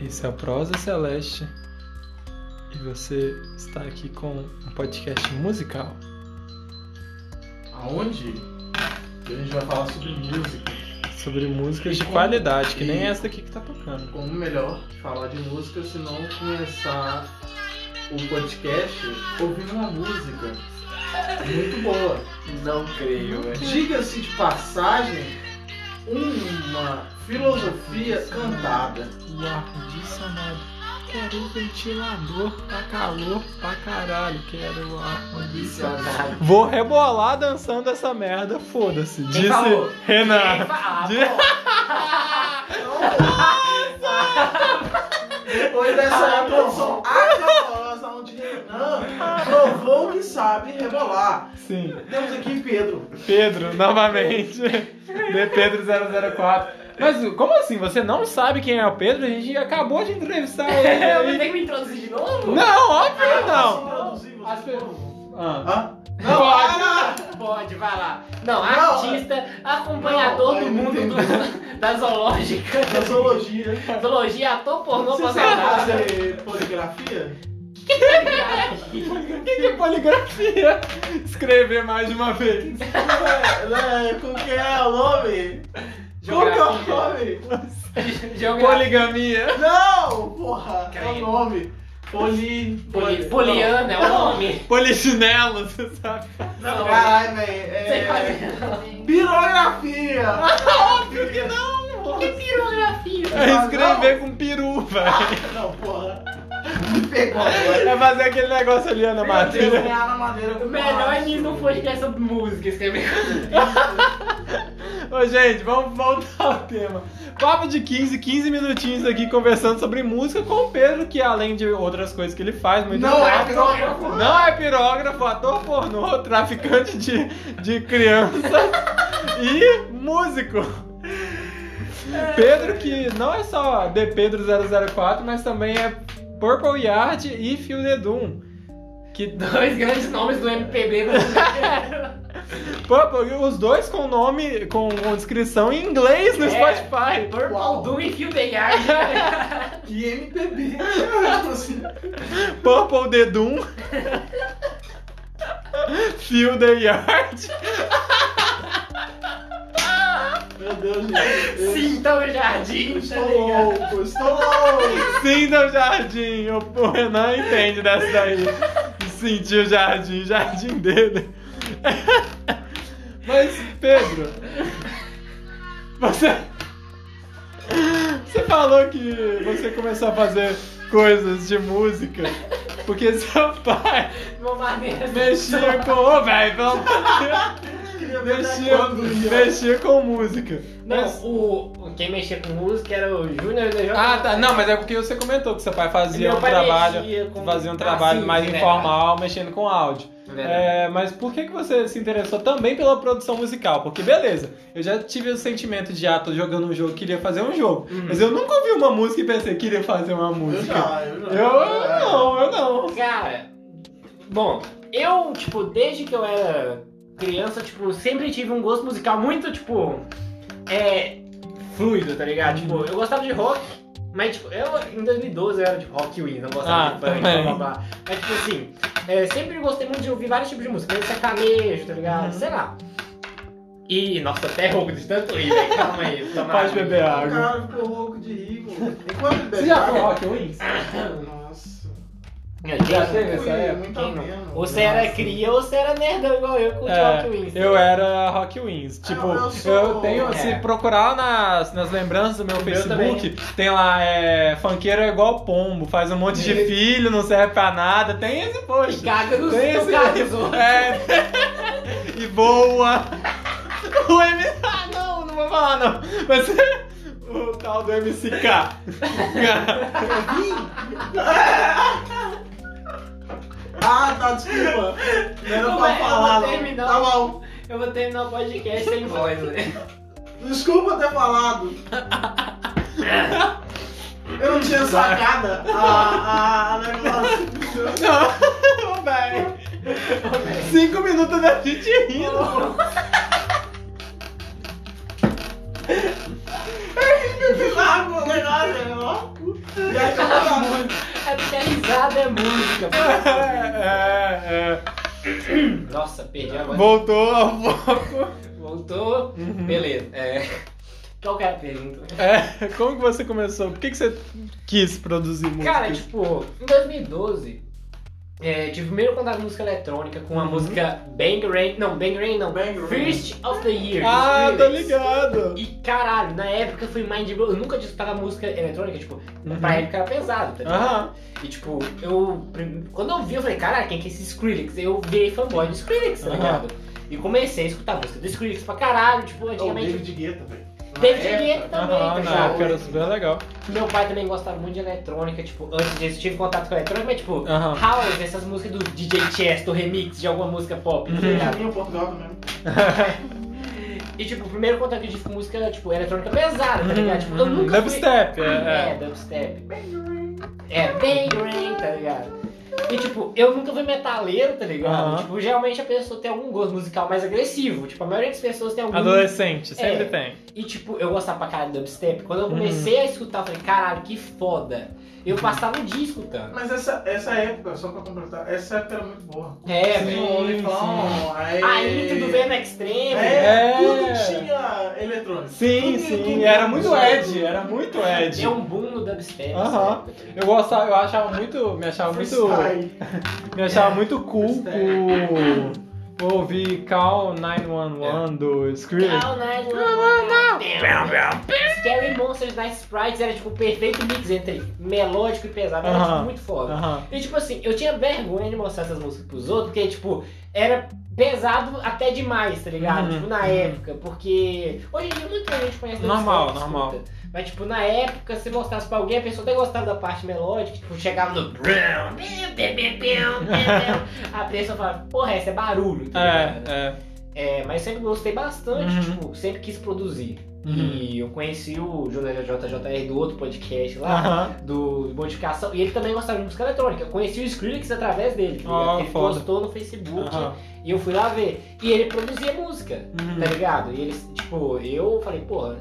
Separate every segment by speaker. Speaker 1: Esse é o Prosa Celeste e você está aqui com um podcast musical.
Speaker 2: Aonde? Que a gente vai falar sobre música.
Speaker 1: Sobre músicas de
Speaker 2: Como-
Speaker 1: qualidade, que nem
Speaker 2: e-
Speaker 1: essa aqui que tá tocando.
Speaker 2: Como melhor falar de música se não começar o podcast ouvindo uma música muito boa.
Speaker 3: Não creio, velho.
Speaker 2: Diga-se de passagem, uma filosofia cantada.
Speaker 1: O ar-condicionado. Quero um ventilador pra calor pra caralho. Quero o ar-condicionado. Vou rebolar dançando essa merda, foda-se. Disse
Speaker 3: falou?
Speaker 1: Renan.
Speaker 3: Ah,
Speaker 1: Di-
Speaker 2: Depois
Speaker 3: Ah,
Speaker 2: dessa introdução acabou, onde Renan provou que sabe rebolar.
Speaker 1: Sim.
Speaker 2: Temos aqui Pedro.
Speaker 1: Pedro, novamente. De Pedro 004. Mas como assim? Você não sabe quem é o Pedro? A gente acabou de entrevistar ele.
Speaker 3: Eu vou
Speaker 1: aí.
Speaker 3: ter que me introduzir de novo?
Speaker 1: Não, óbvio não.
Speaker 2: Posso introduzir
Speaker 1: As
Speaker 2: você?
Speaker 1: pe- Ah.
Speaker 2: Hã?
Speaker 1: Não,
Speaker 2: ah,
Speaker 3: Pode, vai lá.
Speaker 2: Não,
Speaker 3: Não, artista, acompanhador
Speaker 2: não, eu
Speaker 3: do
Speaker 2: não
Speaker 3: mundo
Speaker 2: entendo.
Speaker 3: do- da zoológica,
Speaker 2: não. Sociologia.
Speaker 3: zoologia, ator pornô,
Speaker 2: Você sabe
Speaker 3: aposentada.
Speaker 2: fazer poligrafia?
Speaker 1: O que que é poligrafia? Escrever mais de uma vez.
Speaker 2: É, é, Como que é o nome? Como que é o nome?
Speaker 3: Geografia.
Speaker 1: Poligamia.
Speaker 2: Não, porra! É o
Speaker 3: Creio.
Speaker 2: nome. Poli...
Speaker 3: Poli- Poliana é o nome.
Speaker 1: Polichinelo, você sabe?
Speaker 2: Não,
Speaker 3: Não.
Speaker 2: caralho, velho.
Speaker 3: Sem
Speaker 2: É...
Speaker 3: fazer nome.
Speaker 2: Pirografia!
Speaker 1: Óbvio que não.
Speaker 3: Que pirografia?
Speaker 1: É escrever com peru, velho.
Speaker 2: Não, porra. Me pegou agora.
Speaker 1: É fazer aquele negócio ali, Ana
Speaker 2: Meu Deus,
Speaker 1: Matheus.
Speaker 2: ganhar na madeira com
Speaker 3: O melhor
Speaker 2: borracha.
Speaker 3: é não podcast sobre música, escrever.
Speaker 1: Ô, gente, vamos voltar ao tema. Papo de 15, 15 minutinhos aqui conversando sobre música com o Pedro, que além de outras coisas que ele faz, muito
Speaker 2: Não é
Speaker 1: rápido,
Speaker 2: pirógrafo.
Speaker 1: Não é pirógrafo, ator pornô, traficante de, de crianças e músico. Pedro que não é só The Pedro 004, mas também é Purple Yard e Phil The Doom. Que,
Speaker 3: Dois grandes nomes do MPB brasileiro.
Speaker 1: Purple, os dois com nome, com, com descrição em inglês no
Speaker 3: É.
Speaker 1: Spotify.
Speaker 2: Uau.
Speaker 3: Purple Doom e Fio The Yard.
Speaker 2: E MPB. Tipo assim,
Speaker 1: Purple The Doom. Phil The Yard.
Speaker 2: Meu Deus, gente. Eu
Speaker 3: Sinta o jardim, tá
Speaker 2: Estou
Speaker 3: ligado?
Speaker 2: louco, estou louco.
Speaker 1: Sinta o jardim. O, o Renan entende dessa daí. Sentir o jardim, o jardim dele. Mas, Pedro, você. Você falou que você começou a fazer coisas de música porque seu pai
Speaker 3: Uma maneira de-
Speaker 1: mexia com. Ô, velho, pelo amor de Deus.
Speaker 2: Queria ver até
Speaker 1: Mexia,
Speaker 2: quando ia.
Speaker 1: mexia com música.
Speaker 3: Não,
Speaker 1: Mas-
Speaker 3: o, quem mexia com música era o Júnior e o
Speaker 1: Ah, tá. Não, mas é porque você comentou que seu pai fazia
Speaker 3: Meu
Speaker 1: um
Speaker 3: pai mexia
Speaker 1: trabalho,
Speaker 3: com-
Speaker 1: fazia um
Speaker 3: Ah,
Speaker 1: trabalho
Speaker 3: sim,
Speaker 1: mais
Speaker 3: sim,
Speaker 1: informal, mexendo com áudio. É, mas por que, que você se interessou também pela produção musical? Porque beleza, eu já tive o sentimento de ah, tô jogando um jogo, queria fazer um jogo.
Speaker 3: Hum. Uhum.
Speaker 1: Mas eu nunca ouvi uma música e pensei, queria fazer uma
Speaker 2: Eu
Speaker 1: música.
Speaker 2: já, eu já.
Speaker 1: Eu, eu não, eu não.
Speaker 3: Cara, bom, eu, tipo, desde que eu era criança, tipo, sempre tive um gosto musical muito, tipo, é, fluido, tá ligado?
Speaker 1: Uhum.
Speaker 3: Tipo, eu gostava de rock, mas, tipo, eu em 2012 eu era de rock e não gostava
Speaker 1: Ah,
Speaker 3: de funk,
Speaker 1: também.
Speaker 3: blá, blá, blá. Mas, tipo assim, é, sempre gostei muito de ouvir vários tipos de música, meio sertanejo, tá ligado?
Speaker 1: Uhum.
Speaker 3: Sei lá. E, nossa, até rouco de tanto ir, velho. calma aí. vou tomar
Speaker 1: Pode
Speaker 3: água.
Speaker 1: beber
Speaker 2: O
Speaker 1: água.
Speaker 2: cara ficou louco de rir, mano. Enquanto
Speaker 1: Você já foi rock wings?
Speaker 2: Nossa.
Speaker 3: Eu
Speaker 1: Já
Speaker 3: tenho-
Speaker 1: teve essa
Speaker 2: Ui,
Speaker 1: época?
Speaker 2: muito
Speaker 3: Quem não?
Speaker 2: menos. né?
Speaker 3: Ou você era
Speaker 2: Nossa.
Speaker 3: cria ou você era nerdão igual eu com o
Speaker 1: É,
Speaker 3: Rock Wings.
Speaker 1: eu era Rock Wins.
Speaker 2: Ah,
Speaker 1: Tipo,
Speaker 2: não, eu
Speaker 1: eu,
Speaker 2: sou-
Speaker 1: tenho.
Speaker 3: É.
Speaker 1: Se procurar nas, nas lembranças do meu
Speaker 3: O meu
Speaker 1: Facebook, tem lá, é. Funkeiro é igual pombo, faz um monte de filho, não serve pra nada. Tem esse post.
Speaker 3: Caga nos
Speaker 1: Tem esse.
Speaker 3: caras, ó.
Speaker 1: É. e boa. O M. Ah, não, não vou falar não. Mas. O tal do MCK.
Speaker 2: Ah, tá, desculpa. Não era
Speaker 3: Não, é,
Speaker 2: pra
Speaker 3: mas eu
Speaker 2: falar,
Speaker 3: vou
Speaker 2: não.
Speaker 3: terminar.
Speaker 2: Tá bom.
Speaker 3: Eu vou terminar o podcast sem voz, né?
Speaker 2: Desculpa ter falado. Eu não tinha sacada a, a, a negócio.
Speaker 1: não, ô, velho. Cinco minutos da gente rindo.
Speaker 2: Ah, Largo o negócio, né? ó.
Speaker 3: É porque a risada é música.
Speaker 1: É,
Speaker 3: pô. Nossa, perdi
Speaker 1: é.
Speaker 3: agora.
Speaker 1: Voltou ao foco.
Speaker 3: Voltou.
Speaker 1: Uhum.
Speaker 3: Beleza. É. Qual que é a pergunta?
Speaker 1: É, como que você começou? Por que, que você quis produzir música? Ah,
Speaker 3: Cara, tipo, em 2012, é, tive o primeiro contato com música eletrônica com
Speaker 1: Uhum.
Speaker 3: uma música Bang Rain. Não, Bang Rain não.
Speaker 4: Bang Rain.
Speaker 3: First of the Year.
Speaker 1: ah,
Speaker 3: dos
Speaker 1: tá
Speaker 3: Skrillex.
Speaker 1: ligado.
Speaker 3: E caralho, na época foi mind blow. Eu nunca disputava música eletrônica, tipo,
Speaker 1: Uhum.
Speaker 3: pra época era pesado, tá ligado?
Speaker 1: Aham.
Speaker 3: E tipo, eu. prim- Quando eu vi, eu falei, caralho, quem que é esse Skrillex? Eu virei fanboy do Skrillex, tá
Speaker 1: Aham.
Speaker 3: ligado? E comecei a escutar música do Skrillex pra caralho, tipo,
Speaker 2: É o
Speaker 3: antigamente.
Speaker 2: David Guetta, velho.
Speaker 3: David
Speaker 4: Na
Speaker 3: Guetta
Speaker 4: época,
Speaker 3: também, tá
Speaker 1: Aham, na
Speaker 3: ligado?
Speaker 1: época era super legal.
Speaker 3: Meu pai também gostava muito de eletrônica, tipo, antes disso tive contato com eletrônica, mas tipo,
Speaker 1: Aham.
Speaker 3: House, essas músicas do DJ Chess, do remix de alguma música pop, tá
Speaker 1: Uhum.
Speaker 3: ligado?
Speaker 2: Minha Portugal também.
Speaker 3: E tipo, o primeiro contato que eu tive com música, tipo, eletrônica pesada, tá ligado? Tipo, eu
Speaker 1: Uhum.
Speaker 3: nunca. fui-
Speaker 1: Dubstep,
Speaker 3: É,
Speaker 1: é. é.
Speaker 3: dubstep. É, bang rain, tá ligado? E tipo, eu nunca fui metaleiro, tá ligado?
Speaker 1: Aham.
Speaker 3: Tipo, geralmente a pessoa tem algum gosto musical mais agressivo. Tipo, a maioria das pessoas tem algum.
Speaker 1: Adolescente, sempre
Speaker 3: É.
Speaker 1: tem.
Speaker 3: E tipo, eu gostava pra caralho de dubstep. Quando eu comecei a escutar, eu falei, caralho, que foda. Eu passava o tá? dia escutando.
Speaker 2: Mas essa, essa época, só pra completar, essa época era muito boa.
Speaker 3: É,
Speaker 2: Tinha
Speaker 3: velho.
Speaker 2: o OnlyFans, aí...
Speaker 3: A intro do Venom Extreme.
Speaker 2: É,
Speaker 1: É.
Speaker 2: tudo tinha eletrônico.
Speaker 1: Sim,
Speaker 2: Tudo-
Speaker 1: sim.
Speaker 2: tudo-
Speaker 1: Era muito Ed, era muito Ed.
Speaker 3: Deu um boom no dubstep.
Speaker 1: Aham.
Speaker 3: nessa época.
Speaker 1: Eu gostava, eu achava muito. Me achava muito.
Speaker 2: Freestyle.
Speaker 1: Me
Speaker 3: É.
Speaker 1: achava muito cool
Speaker 4: Mistério.
Speaker 1: o. o ouvir Call
Speaker 3: É.
Speaker 1: 911 do Skrillex.
Speaker 3: Não, não, não, não. Scary Monsters Night Sprites era tipo o perfeito mix entre melódico e pesado. Era tipo,
Speaker 1: Aham.
Speaker 3: muito foda.
Speaker 1: Aham.
Speaker 3: E tipo assim, eu tinha vergonha de mostrar essas músicas pros outros, porque tipo, era pesado até demais, tá ligado?
Speaker 1: Uhum.
Speaker 3: Tipo, na época, porque hoje em dia muita gente conhece
Speaker 1: Normal,
Speaker 3: dubstep, escuta.
Speaker 1: normal.
Speaker 3: Mas tipo, na época, se mostrasse pra alguém, a pessoa até gostava da parte melódica, tipo, chegava no brown, a pessoa falava, porra, esse é barulho, tá ligado?
Speaker 1: É, é.
Speaker 3: É, mas sempre gostei bastante,
Speaker 1: Uhum.
Speaker 3: tipo, sempre quis produzir.
Speaker 1: Uhum.
Speaker 3: E eu conheci o JJR do outro podcast lá,
Speaker 1: Aham.
Speaker 3: do de Modificação, e ele também gostava de música eletrônica. Eu conheci o Skrillex através dele, tá ligado?
Speaker 1: Ah,
Speaker 3: ele
Speaker 1: foda.
Speaker 3: postou no Facebook
Speaker 1: Aham.
Speaker 3: e eu fui lá ver. E ele produzia música, tá
Speaker 1: Uhum.
Speaker 3: ligado? E eles, tipo, eu falei, porra,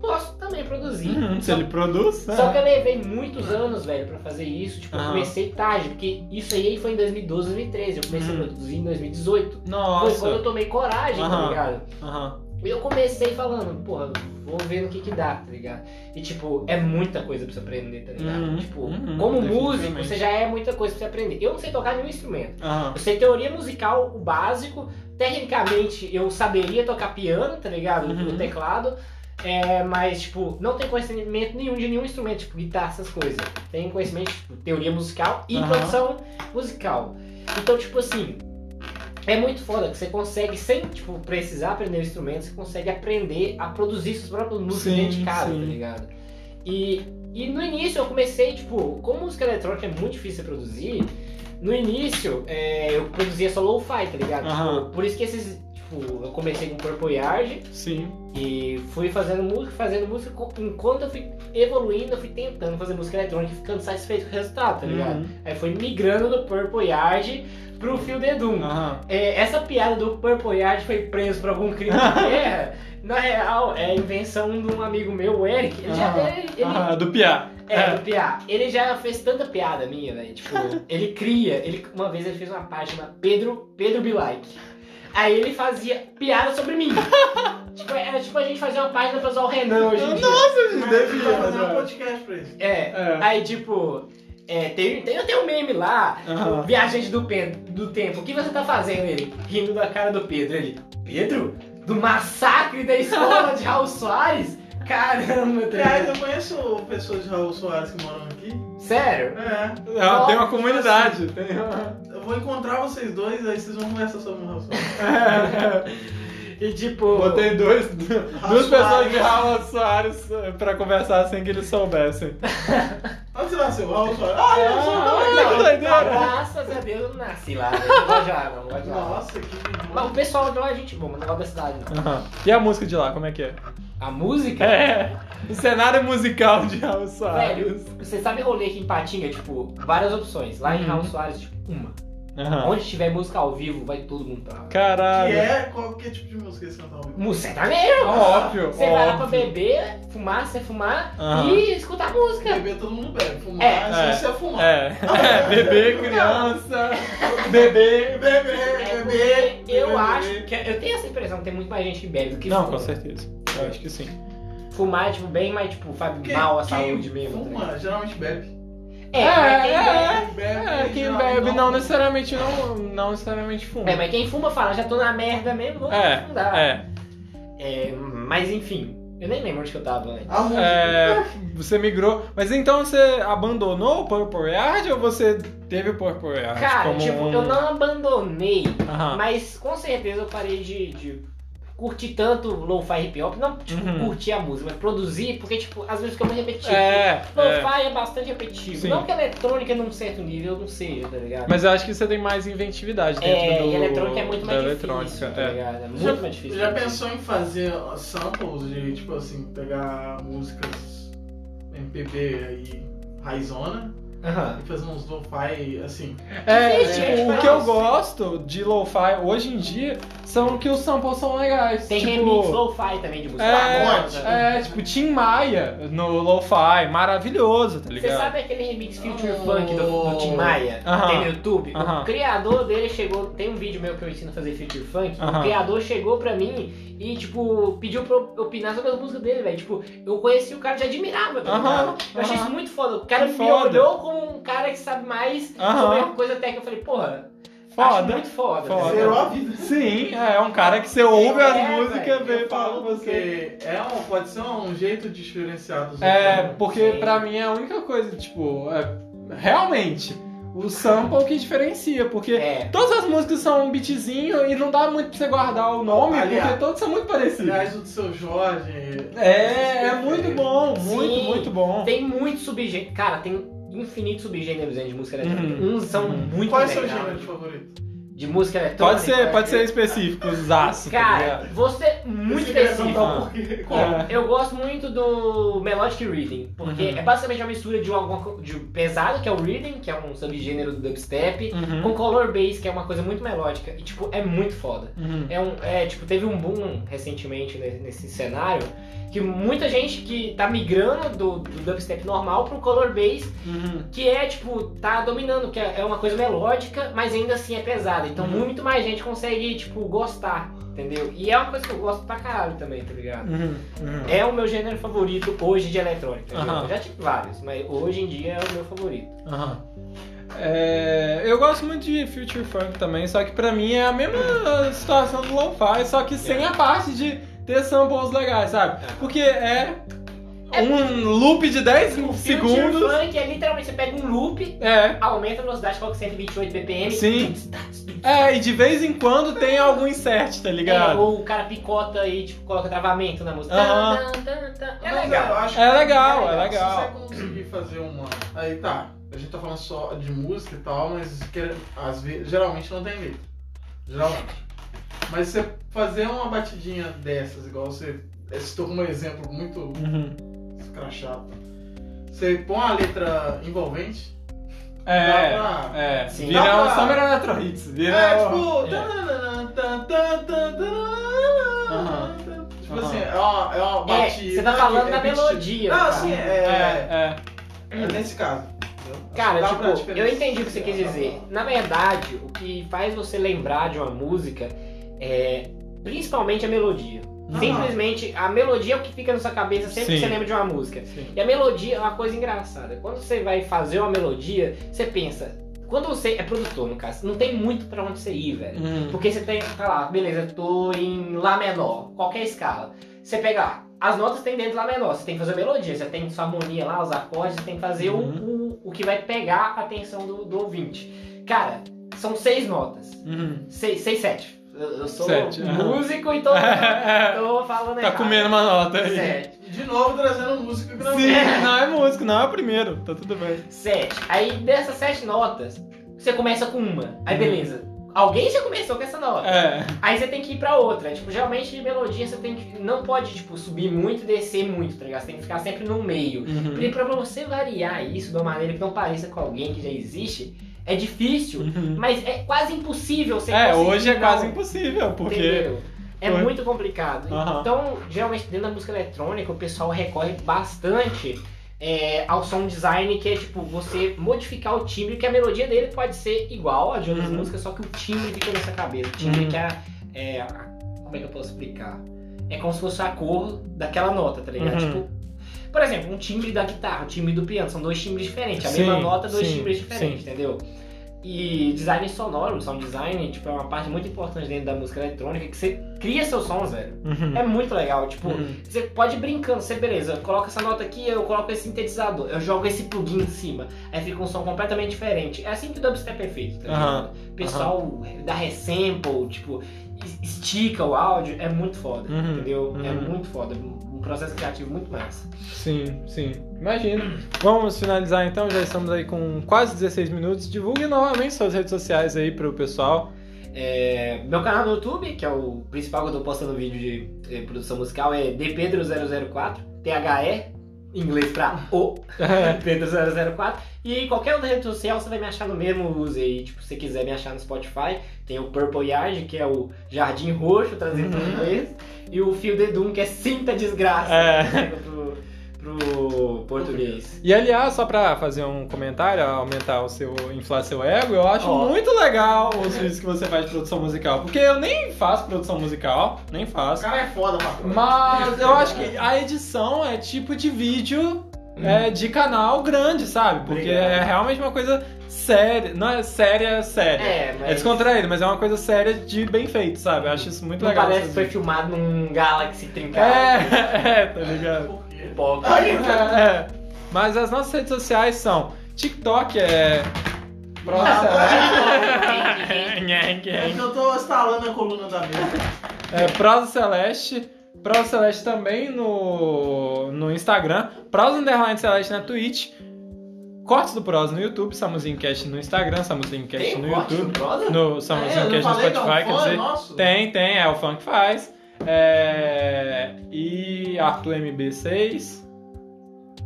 Speaker 3: posso também produzir.
Speaker 1: Uhum, Se
Speaker 3: Só-
Speaker 1: ele produz.
Speaker 3: só
Speaker 1: é.
Speaker 3: que eu levei muitos anos, velho, pra fazer isso. Tipo, eu
Speaker 1: Aham.
Speaker 3: comecei tarde, porque isso aí foi em 2012, 2013. Eu comecei
Speaker 1: Uhum.
Speaker 3: a produzir em 2018. Foi quando eu
Speaker 1: Nossa.
Speaker 3: tomei coragem, tá
Speaker 1: Aham.
Speaker 3: ligado?
Speaker 1: Aham.
Speaker 3: E eu comecei falando, porra, vou ver no que que dá, tá ligado? E tipo, é muita coisa pra você aprender, tá ligado?
Speaker 1: Uhum,
Speaker 3: Tipo,
Speaker 1: uhum,
Speaker 3: como músico,
Speaker 1: definitivamente.
Speaker 3: você já é muita coisa pra você aprender. Eu não sei tocar nenhum instrumento.
Speaker 1: Aham.
Speaker 3: Eu sei teoria musical, o básico. Tecnicamente, eu saberia tocar piano, tá ligado?
Speaker 1: Uhum.
Speaker 3: No teclado. É, mas, tipo, não tem conhecimento nenhum de nenhum instrumento, tipo, guitarra, essas coisas. Tem conhecimento, tipo, teoria musical e
Speaker 1: Aham.
Speaker 3: produção musical. Então, tipo assim, é muito foda que você consegue, sem, tipo, precisar aprender o instrumento, você consegue aprender a produzir suas próprias músicas
Speaker 1: Sim,
Speaker 3: dentro de casa,
Speaker 1: sim.
Speaker 3: tá ligado? E, e no início eu comecei, tipo, como música eletrônica é muito difícil de produzir, no início é, eu produzia só lo-fi, tá ligado?
Speaker 1: Aham.
Speaker 3: Tipo, por isso que esses. Tipo, eu comecei com Purple Yard
Speaker 1: Sim.
Speaker 3: e fui fazendo música, fazendo música. co- Enquanto eu fui evoluindo, eu fui tentando fazer música eletrônica e ficando satisfeito com o resultado, tá ligado?
Speaker 1: Uhum.
Speaker 3: Aí foi migrando do Purple Yard pro Fio The Doom.
Speaker 1: Uhum. Aham.
Speaker 3: É, essa piada do Purple Yard foi preso por algum crime de guerra. Na real, é invenção de um amigo meu, o Eric. Ele já,
Speaker 1: Aham.
Speaker 3: ele- ele-
Speaker 1: Aham, Do Piá.
Speaker 3: é, do Piá. Ele já fez tanta piada minha, velho. Tipo, ele cria. Ele, uma vez ele fez uma página Pedro, Pedro Bilike. Aí ele fazia piada sobre mim. tipo, era tipo a gente fazer uma página pra usar o Renan hoje em dia. Ah,
Speaker 1: Nossa,
Speaker 2: Mas
Speaker 1: devia,
Speaker 2: eu fazer um
Speaker 1: mas.
Speaker 2: podcast pra isso.
Speaker 3: É.
Speaker 1: É.
Speaker 3: Aí, tipo, é, tem, tem até um meme lá,
Speaker 1: Aham.
Speaker 3: o viajante do, pen- do tempo. O que você tá fazendo ele? Rindo da cara do Pedro. Ele, Pedro? Do massacre da escola de Raul Soares? Caramba, tá
Speaker 2: Aliás,
Speaker 3: ligado?
Speaker 2: eu conheço pessoas de Raul Soares que moram aqui.
Speaker 3: Sério?
Speaker 2: É.
Speaker 1: Ah, Tem uma comunidade. Tem uma.
Speaker 2: Eu vou encontrar vocês dois, aí vocês vão conversar sobre o Raul Soares.
Speaker 3: E tipo.
Speaker 1: É, Botei dois, duas
Speaker 2: Raul
Speaker 1: pessoas
Speaker 2: Soares.
Speaker 1: de Raul Soares
Speaker 3: né?
Speaker 1: eh, pra conversar sem que eles soubessem.
Speaker 2: Onde você nasceu? Raul Soares. Ah, eu sou
Speaker 1: Ah,
Speaker 2: também.
Speaker 1: que doideira.
Speaker 3: Graças a Deus eu não nasci lá, né? Não gosto de lá, não
Speaker 1: É.
Speaker 3: gosto de lá.
Speaker 2: Nossa, que
Speaker 3: Mas o pessoal de lá é gente boa, mas não gosto da cidade, não.
Speaker 1: Aham. E a música de lá, como é que é?
Speaker 3: A música?
Speaker 1: É, o cenário musical de Raul Soares.
Speaker 3: Velho, você sabe rolê aqui em Patinga, tipo, várias opções. Lá em
Speaker 1: É. Uhum.
Speaker 3: Raul Soares, tipo, uma.
Speaker 1: Aham.
Speaker 3: Onde tiver música ao vivo, vai todo mundo pra lá.
Speaker 1: Caralho.
Speaker 2: Que é qualquer tipo de música que eles cantam ao vivo.
Speaker 3: Música sertanejo!
Speaker 1: Óbvio.
Speaker 3: Você vai lá pra
Speaker 1: óbvio.
Speaker 3: beber, fumar, se fumar
Speaker 1: Aham.
Speaker 3: e escutar música.
Speaker 2: Beber todo mundo bebe, fumar
Speaker 3: É,
Speaker 2: é só você fumar.
Speaker 1: É. é, bebê, criança,
Speaker 2: Beber, beber,
Speaker 1: bebê.
Speaker 3: É, porque eu
Speaker 2: beber,
Speaker 3: acho
Speaker 2: beber.
Speaker 3: que. é, Eu tenho essa impressão que tem muito mais gente que bebe do que
Speaker 1: Não, com
Speaker 3: fuma.
Speaker 1: certeza. Eu acho que sim.
Speaker 3: Fumar, tipo, bem mais, tipo, faz
Speaker 2: Quem-
Speaker 3: mal à
Speaker 2: quem
Speaker 3: saúde mesmo. tá ligado?
Speaker 2: Fuma, geralmente bebe.
Speaker 3: É, mas quem bebe-
Speaker 2: Quem bebe,
Speaker 1: É, quem
Speaker 2: geralmente
Speaker 1: bebe não necessariamente não, não necessariamente fuma.
Speaker 3: É, mas quem fuma fala, já tô na merda mesmo, vou
Speaker 1: É,
Speaker 3: afundar.
Speaker 1: é.
Speaker 3: É, mas enfim, eu nem lembro onde que eu tava antes.
Speaker 2: A música.
Speaker 1: É, você migrou. Mas então você abandonou o Purple Yard ou você teve o Purple Yard?
Speaker 3: Cara,
Speaker 1: como
Speaker 3: tipo,
Speaker 1: um...
Speaker 3: eu não abandonei,
Speaker 1: Aham.
Speaker 3: mas com certeza eu parei de, de curtir tanto lo-fi hip hop, não tipo,
Speaker 1: Uhum.
Speaker 3: curtir a música, mas produzir, porque tipo, às vezes fica muito repetitivo.
Speaker 1: É, é.
Speaker 3: Lo-fi é. bastante repetitivo.
Speaker 1: Sim.
Speaker 3: Não que a eletrônica num certo nível não seja, tá ligado?
Speaker 1: Mas eu acho que você tem mais inventividade dentro
Speaker 3: é,
Speaker 1: do.
Speaker 3: e a eletrônica é
Speaker 1: da
Speaker 3: muito mais
Speaker 1: eletrônica.
Speaker 3: difícil, tá
Speaker 1: é.
Speaker 3: ligado? É muito
Speaker 2: Já-
Speaker 3: mais difícil.
Speaker 2: Já pensou em fazer samples de, tipo assim, pegar músicas MPB aí, raizona,
Speaker 3: Aham.
Speaker 2: e fazer uns lo-fi, assim,
Speaker 1: É,
Speaker 3: Existe,
Speaker 1: tipo,
Speaker 3: é
Speaker 1: o
Speaker 3: diferente.
Speaker 1: que eu gosto de lo-fi hoje em dia são que os samples são legais.
Speaker 3: Tem
Speaker 1: tipo,
Speaker 3: remix lo-fi também de música.
Speaker 1: É,
Speaker 3: Pagode.
Speaker 1: É, tipo, Tim Maia no lo-fi, maravilhoso, tá
Speaker 3: Você
Speaker 1: ligado?
Speaker 3: sabe aquele remix Future
Speaker 2: Oh.
Speaker 3: Funk do, do Tim Maia?
Speaker 1: Aham.
Speaker 3: Tem no YouTube?
Speaker 1: Aham.
Speaker 3: O criador dele chegou. Tem um vídeo meu que eu ensino a fazer Future Funk.
Speaker 1: Aham.
Speaker 3: O criador chegou pra mim e, tipo, pediu pra eu opinar sobre as músicas dele, velho. Tipo, eu conheci o cara já admirava, tá ligado?
Speaker 1: Aham,
Speaker 3: Eu achei
Speaker 1: aham.
Speaker 3: isso muito foda. O cara
Speaker 1: Que
Speaker 3: me
Speaker 1: foda.
Speaker 3: olhou como um cara que sabe mais sobre
Speaker 1: Aham.
Speaker 3: a coisa até que eu falei, porra, é? acho
Speaker 1: Foda.
Speaker 3: muito foda.
Speaker 1: Foda.
Speaker 3: tá
Speaker 2: zerou
Speaker 3: ligado?
Speaker 2: a vida.
Speaker 1: Sim, é um cara que você ouve
Speaker 3: É,
Speaker 1: as
Speaker 3: velho,
Speaker 1: músicas, vem
Speaker 2: Eu
Speaker 1: e fala
Speaker 2: falo
Speaker 1: com você.
Speaker 2: porque é um, pode ser um jeito diferenciado. dos
Speaker 1: É,
Speaker 2: outros. né?
Speaker 1: porque
Speaker 3: Sim.
Speaker 1: pra mim é a única coisa, tipo, é, realmente, o sample que diferencia, porque
Speaker 3: É.
Speaker 1: todas as músicas são um beatzinho e não dá muito pra você guardar o nome,
Speaker 2: Aliás.
Speaker 1: porque todos são muito parecidos.
Speaker 2: Aliás, o do seu Jorge.
Speaker 1: É, é muito bom,
Speaker 3: Sim.
Speaker 1: muito, muito bom.
Speaker 3: Tem muito subgênero. Cara, tem infinito subgêneros dentro de música eletrônica. Uns são
Speaker 1: Uhum.
Speaker 3: muito
Speaker 2: Qual é o
Speaker 3: legais.
Speaker 2: seu gênero de favorito?
Speaker 3: de música eletrônica. é,
Speaker 1: Pode ser, pode ser específico, os tá aços.
Speaker 3: né? Cara, você é muito
Speaker 2: Eu queria um
Speaker 3: específico.
Speaker 2: perguntar o porquê.
Speaker 1: É.
Speaker 3: Eu gosto muito do Melodic Reading, porque
Speaker 1: Uhum.
Speaker 3: é basicamente uma mistura de um, alguma co- de um pesado, que é o Reading, que é um subgênero do dubstep,
Speaker 1: Uhum.
Speaker 3: com color bass, que é uma coisa muito melódica. E, tipo, é muito foda.
Speaker 1: uhum.
Speaker 3: É um, é, tipo, teve um boom recentemente ne- nesse cenário, que muita gente que tá migrando do, do dubstep normal pro color bass
Speaker 1: Uhum.
Speaker 3: que é tipo, tá dominando, que é é uma coisa melódica, mas ainda assim é pesada. Então
Speaker 1: Uhum.
Speaker 3: muito mais gente consegue, tipo, gostar, entendeu? E é uma coisa que eu gosto pra caralho também, tá ligado?
Speaker 1: Uhum.
Speaker 3: É o meu gênero favorito hoje de eletrônica. entendeu?
Speaker 1: Aham.
Speaker 3: Eu já tive vários, mas hoje em dia é o meu favorito.
Speaker 1: Aham. É, eu gosto muito de Future Funk também, só que pra mim é a mesma situação do lo-fi, só que sem a parte de ter samples legais, sabe? Porque é um loop de 10
Speaker 3: Future
Speaker 1: segundos.
Speaker 3: Funk é literalmente, você pega um loop,
Speaker 1: É.
Speaker 3: aumenta a velocidade, coloca 128 BPM.
Speaker 1: Sim. É, e de vez em quando tem algum insert, tá
Speaker 3: É,
Speaker 1: ligado?
Speaker 3: ou o cara picota e tipo, coloca travamento na música.
Speaker 1: Aham.
Speaker 3: Tan, tan, tan, tan. É
Speaker 2: Mas
Speaker 3: legal.
Speaker 2: eu acho
Speaker 1: É legal, é
Speaker 2: Se
Speaker 1: legal.
Speaker 2: você conseguir fazer uma. Aí tá, a gente tá falando só de música e tal, mas que- às vezes, geralmente não tem letra. Geralmente. Mas você fazer uma batidinha dessas, igual você eh, você citou como um exemplo muito
Speaker 1: Uhum.
Speaker 2: escrachado. Você põe uma letra envolvente,
Speaker 1: É.
Speaker 2: dá pra.
Speaker 1: É,
Speaker 3: Sim.
Speaker 1: vira
Speaker 2: Dá
Speaker 1: um
Speaker 2: pra-
Speaker 1: Summer Electro Hits. Vira
Speaker 2: É,
Speaker 1: um-
Speaker 2: tipo.
Speaker 1: é.
Speaker 2: tananana, tan, tan, tan, tan, tan. Tipo
Speaker 1: Aham.
Speaker 2: assim, é uma, é uma
Speaker 3: É,
Speaker 2: batida.
Speaker 3: você tá falando
Speaker 2: que é
Speaker 3: da
Speaker 2: repetitiva.
Speaker 3: melodia.
Speaker 2: Não,
Speaker 3: cara.
Speaker 2: assim, é...
Speaker 1: É,
Speaker 2: É nesse caso. entendeu?
Speaker 3: Cara,
Speaker 2: Dá pra
Speaker 3: tipo, eu
Speaker 2: diferenciar.
Speaker 3: entendi o que você quis dizer. Na verdade, o que faz você lembrar de uma música é principalmente a melodia.
Speaker 1: Aham.
Speaker 3: Simplesmente a melodia é o que fica na sua cabeça sempre que
Speaker 1: Sim.
Speaker 3: você lembra de uma música.
Speaker 1: é. Sim.
Speaker 3: E a melodia é uma coisa engraçada. Quando você vai fazer uma melodia, você pensa. Quando você é produtor, no caso, não tem muito pra onde você ir, velho.
Speaker 1: Uhum.
Speaker 3: Porque você tem, tá lá, beleza, eu tô em Lá menor, qualquer escala. Você pega lá, as notas tem dentro de Lá menor, você tem que fazer a melodia, você tem sua harmonia lá, os acordes, você tem que fazer o-
Speaker 1: Uhum.
Speaker 3: o, o, que vai pegar a atenção do, do ouvinte. Cara, são seis notas.
Speaker 1: Uhum.
Speaker 3: Seis, seis sete. Eu, eu sou
Speaker 1: Sete, aham.
Speaker 3: músico, então eu vou falando
Speaker 1: Tá
Speaker 3: errado.
Speaker 1: comendo uma nota aí.
Speaker 2: é.
Speaker 3: Sete.
Speaker 2: De novo, trazendo música que não
Speaker 1: Sim,
Speaker 2: é.
Speaker 1: não é músico, não é o primeiro, tá tudo bem.
Speaker 3: Sete. Aí dessas sete notas, você começa com uma. Aí
Speaker 1: Uhum.
Speaker 3: beleza. Alguém já começou com essa nota.
Speaker 1: É,
Speaker 3: Aí você tem que ir pra outra. Tipo, geralmente de melodia você tem que. Não pode, tipo, subir muito e descer muito, tá ligado? Você tem que ficar sempre no meio.
Speaker 1: Uhum.
Speaker 3: E pra você variar isso de uma maneira que não pareça com alguém que já existe, é difícil,
Speaker 1: Uhum.
Speaker 3: mas é quase impossível você
Speaker 1: É,
Speaker 3: conseguir
Speaker 1: hoje é
Speaker 3: dar
Speaker 1: quase
Speaker 3: um-
Speaker 1: impossível, porque.
Speaker 3: Entendeu? É
Speaker 1: Foi.
Speaker 3: muito complicado.
Speaker 1: Aham.
Speaker 3: Então, geralmente dentro da música eletrônica, o pessoal recorre bastante é, ao sound design, que é tipo você modificar o timbre, que a melodia dele pode ser igual a de outras
Speaker 1: Uhum.
Speaker 3: músicas, só que o timbre fica nessa cabeça. O timbre
Speaker 1: Uhum.
Speaker 3: que é, a- é a- Como é que eu posso explicar? É como se fosse a cor daquela nota, tá ligado?
Speaker 1: Uhum.
Speaker 3: Tipo. Por exemplo, um timbre da guitarra, o timbre do piano, são dois timbres diferentes. A
Speaker 1: Sim,
Speaker 3: mesma nota, dois
Speaker 1: sim,
Speaker 3: timbres diferentes,
Speaker 1: sim.
Speaker 3: entendeu? E design sonoro, sound design, tipo, é uma parte muito importante dentro da música eletrônica que você cria seus sons, velho.
Speaker 1: Uhum.
Speaker 3: É muito legal, tipo,
Speaker 1: Uhum.
Speaker 3: você pode ir brincando, você beleza, coloca essa nota aqui, eu coloco esse sintetizador, eu jogo esse plugin em cima, aí fica um som completamente diferente. É assim que o dubstep é feito, tá
Speaker 1: Aham,
Speaker 3: ligado? O pessoal dá resample, tipo, es- estica o áudio, é muito foda,
Speaker 1: Uhum,
Speaker 3: entendeu? É
Speaker 1: uhum.
Speaker 3: muito foda, um um processo criativo muito massa.
Speaker 1: Sim, sim. Imagino. Vamos finalizar então, já estamos aí com quase 16 minutos. Divulgue novamente suas redes sociais aí pro pessoal.
Speaker 3: É, meu canal no YouTube, que é o principal que eu tô postando vídeo de eh, produção musical, é dpedro004, THE, em inglês pra O, Pedro004. E em qualquer outra rede social você vai me achar no mesmo uso aí. Tipo, se você quiser me achar no Spotify, tem o Purple Yard, que é o Jardim Roxo, trazido pro
Speaker 1: Uhum.
Speaker 3: inglês. E o Fio de Doom, que é Cinta Desgraça,
Speaker 1: É.
Speaker 3: trazido pro, pro português.
Speaker 1: E aliás, só pra fazer um comentário, aumentar o seu, inflar seu ego, eu acho
Speaker 3: Ó.
Speaker 1: muito legal os vídeos que você faz de produção musical, porque eu nem faço produção musical, nem
Speaker 2: O
Speaker 1: faço.
Speaker 2: cara é foda, patrão.
Speaker 1: Mas eu acho que a edição é tipo de vídeo é, de canal grande, sabe? Porque
Speaker 3: Obrigado.
Speaker 1: é realmente uma coisa séria, não é séria, séria.
Speaker 3: É, mas.
Speaker 1: É descontraído, mas é uma coisa séria de bem feito, sabe? Eu acho isso muito
Speaker 3: não
Speaker 1: legal.
Speaker 3: parece que
Speaker 1: essas
Speaker 3: foi filmado num Galaxy trincado.
Speaker 1: É, é, tá ligado?
Speaker 2: Por quê?
Speaker 3: Pipoca.
Speaker 1: É. Mas as nossas redes sociais são TikTok é.
Speaker 2: Prosa. É que
Speaker 1: é
Speaker 2: eu tô instalando a coluna da mesa.
Speaker 1: Prosa É, Celeste. Prosa Celeste também no, no Instagram. Prosa Underline Celeste na Twitch. Cortes do Prosa no YouTube. Samuzincast no Instagram. Samuzincast
Speaker 3: Tem
Speaker 1: no
Speaker 3: corte Ah, do
Speaker 1: YouTube.
Speaker 3: Prosa?
Speaker 1: No
Speaker 2: eu
Speaker 1: Samuzincast no
Speaker 2: que é um
Speaker 1: Spotify, quer
Speaker 2: fã
Speaker 1: dizer.
Speaker 2: nosso?
Speaker 1: Tem, tem, é o fã que faz. É, e Arthur MB6,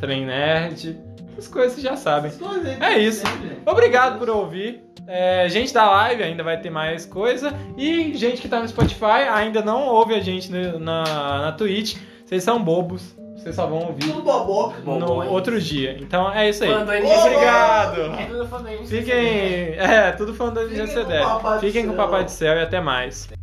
Speaker 1: Trem Nerd, essas coisas vocês já sabem.
Speaker 2: Essas coisas aí.
Speaker 1: É isso.
Speaker 2: Sempre.
Speaker 1: Obrigado por ouvir. É, gente da live ainda vai ter mais coisa. E gente que tá no Spotify ainda não ouve a gente no- na, na Twitch. Vocês são bobos. Vocês só vão ouvir
Speaker 2: Tudo bobó.
Speaker 3: Bom,
Speaker 1: no
Speaker 3: bom, hein?
Speaker 1: outro dia. Então é isso aí.
Speaker 3: Quando ele-
Speaker 2: Ô,
Speaker 1: Obrigado!
Speaker 2: Então,
Speaker 3: É tudo falando aí, não sei se é
Speaker 1: Fiquem. É, tudo falando de
Speaker 2: Fiquem com o
Speaker 1: GCD.
Speaker 2: Papai do
Speaker 1: Fiquem com o
Speaker 2: Céu.
Speaker 1: Papai do Céu e até mais.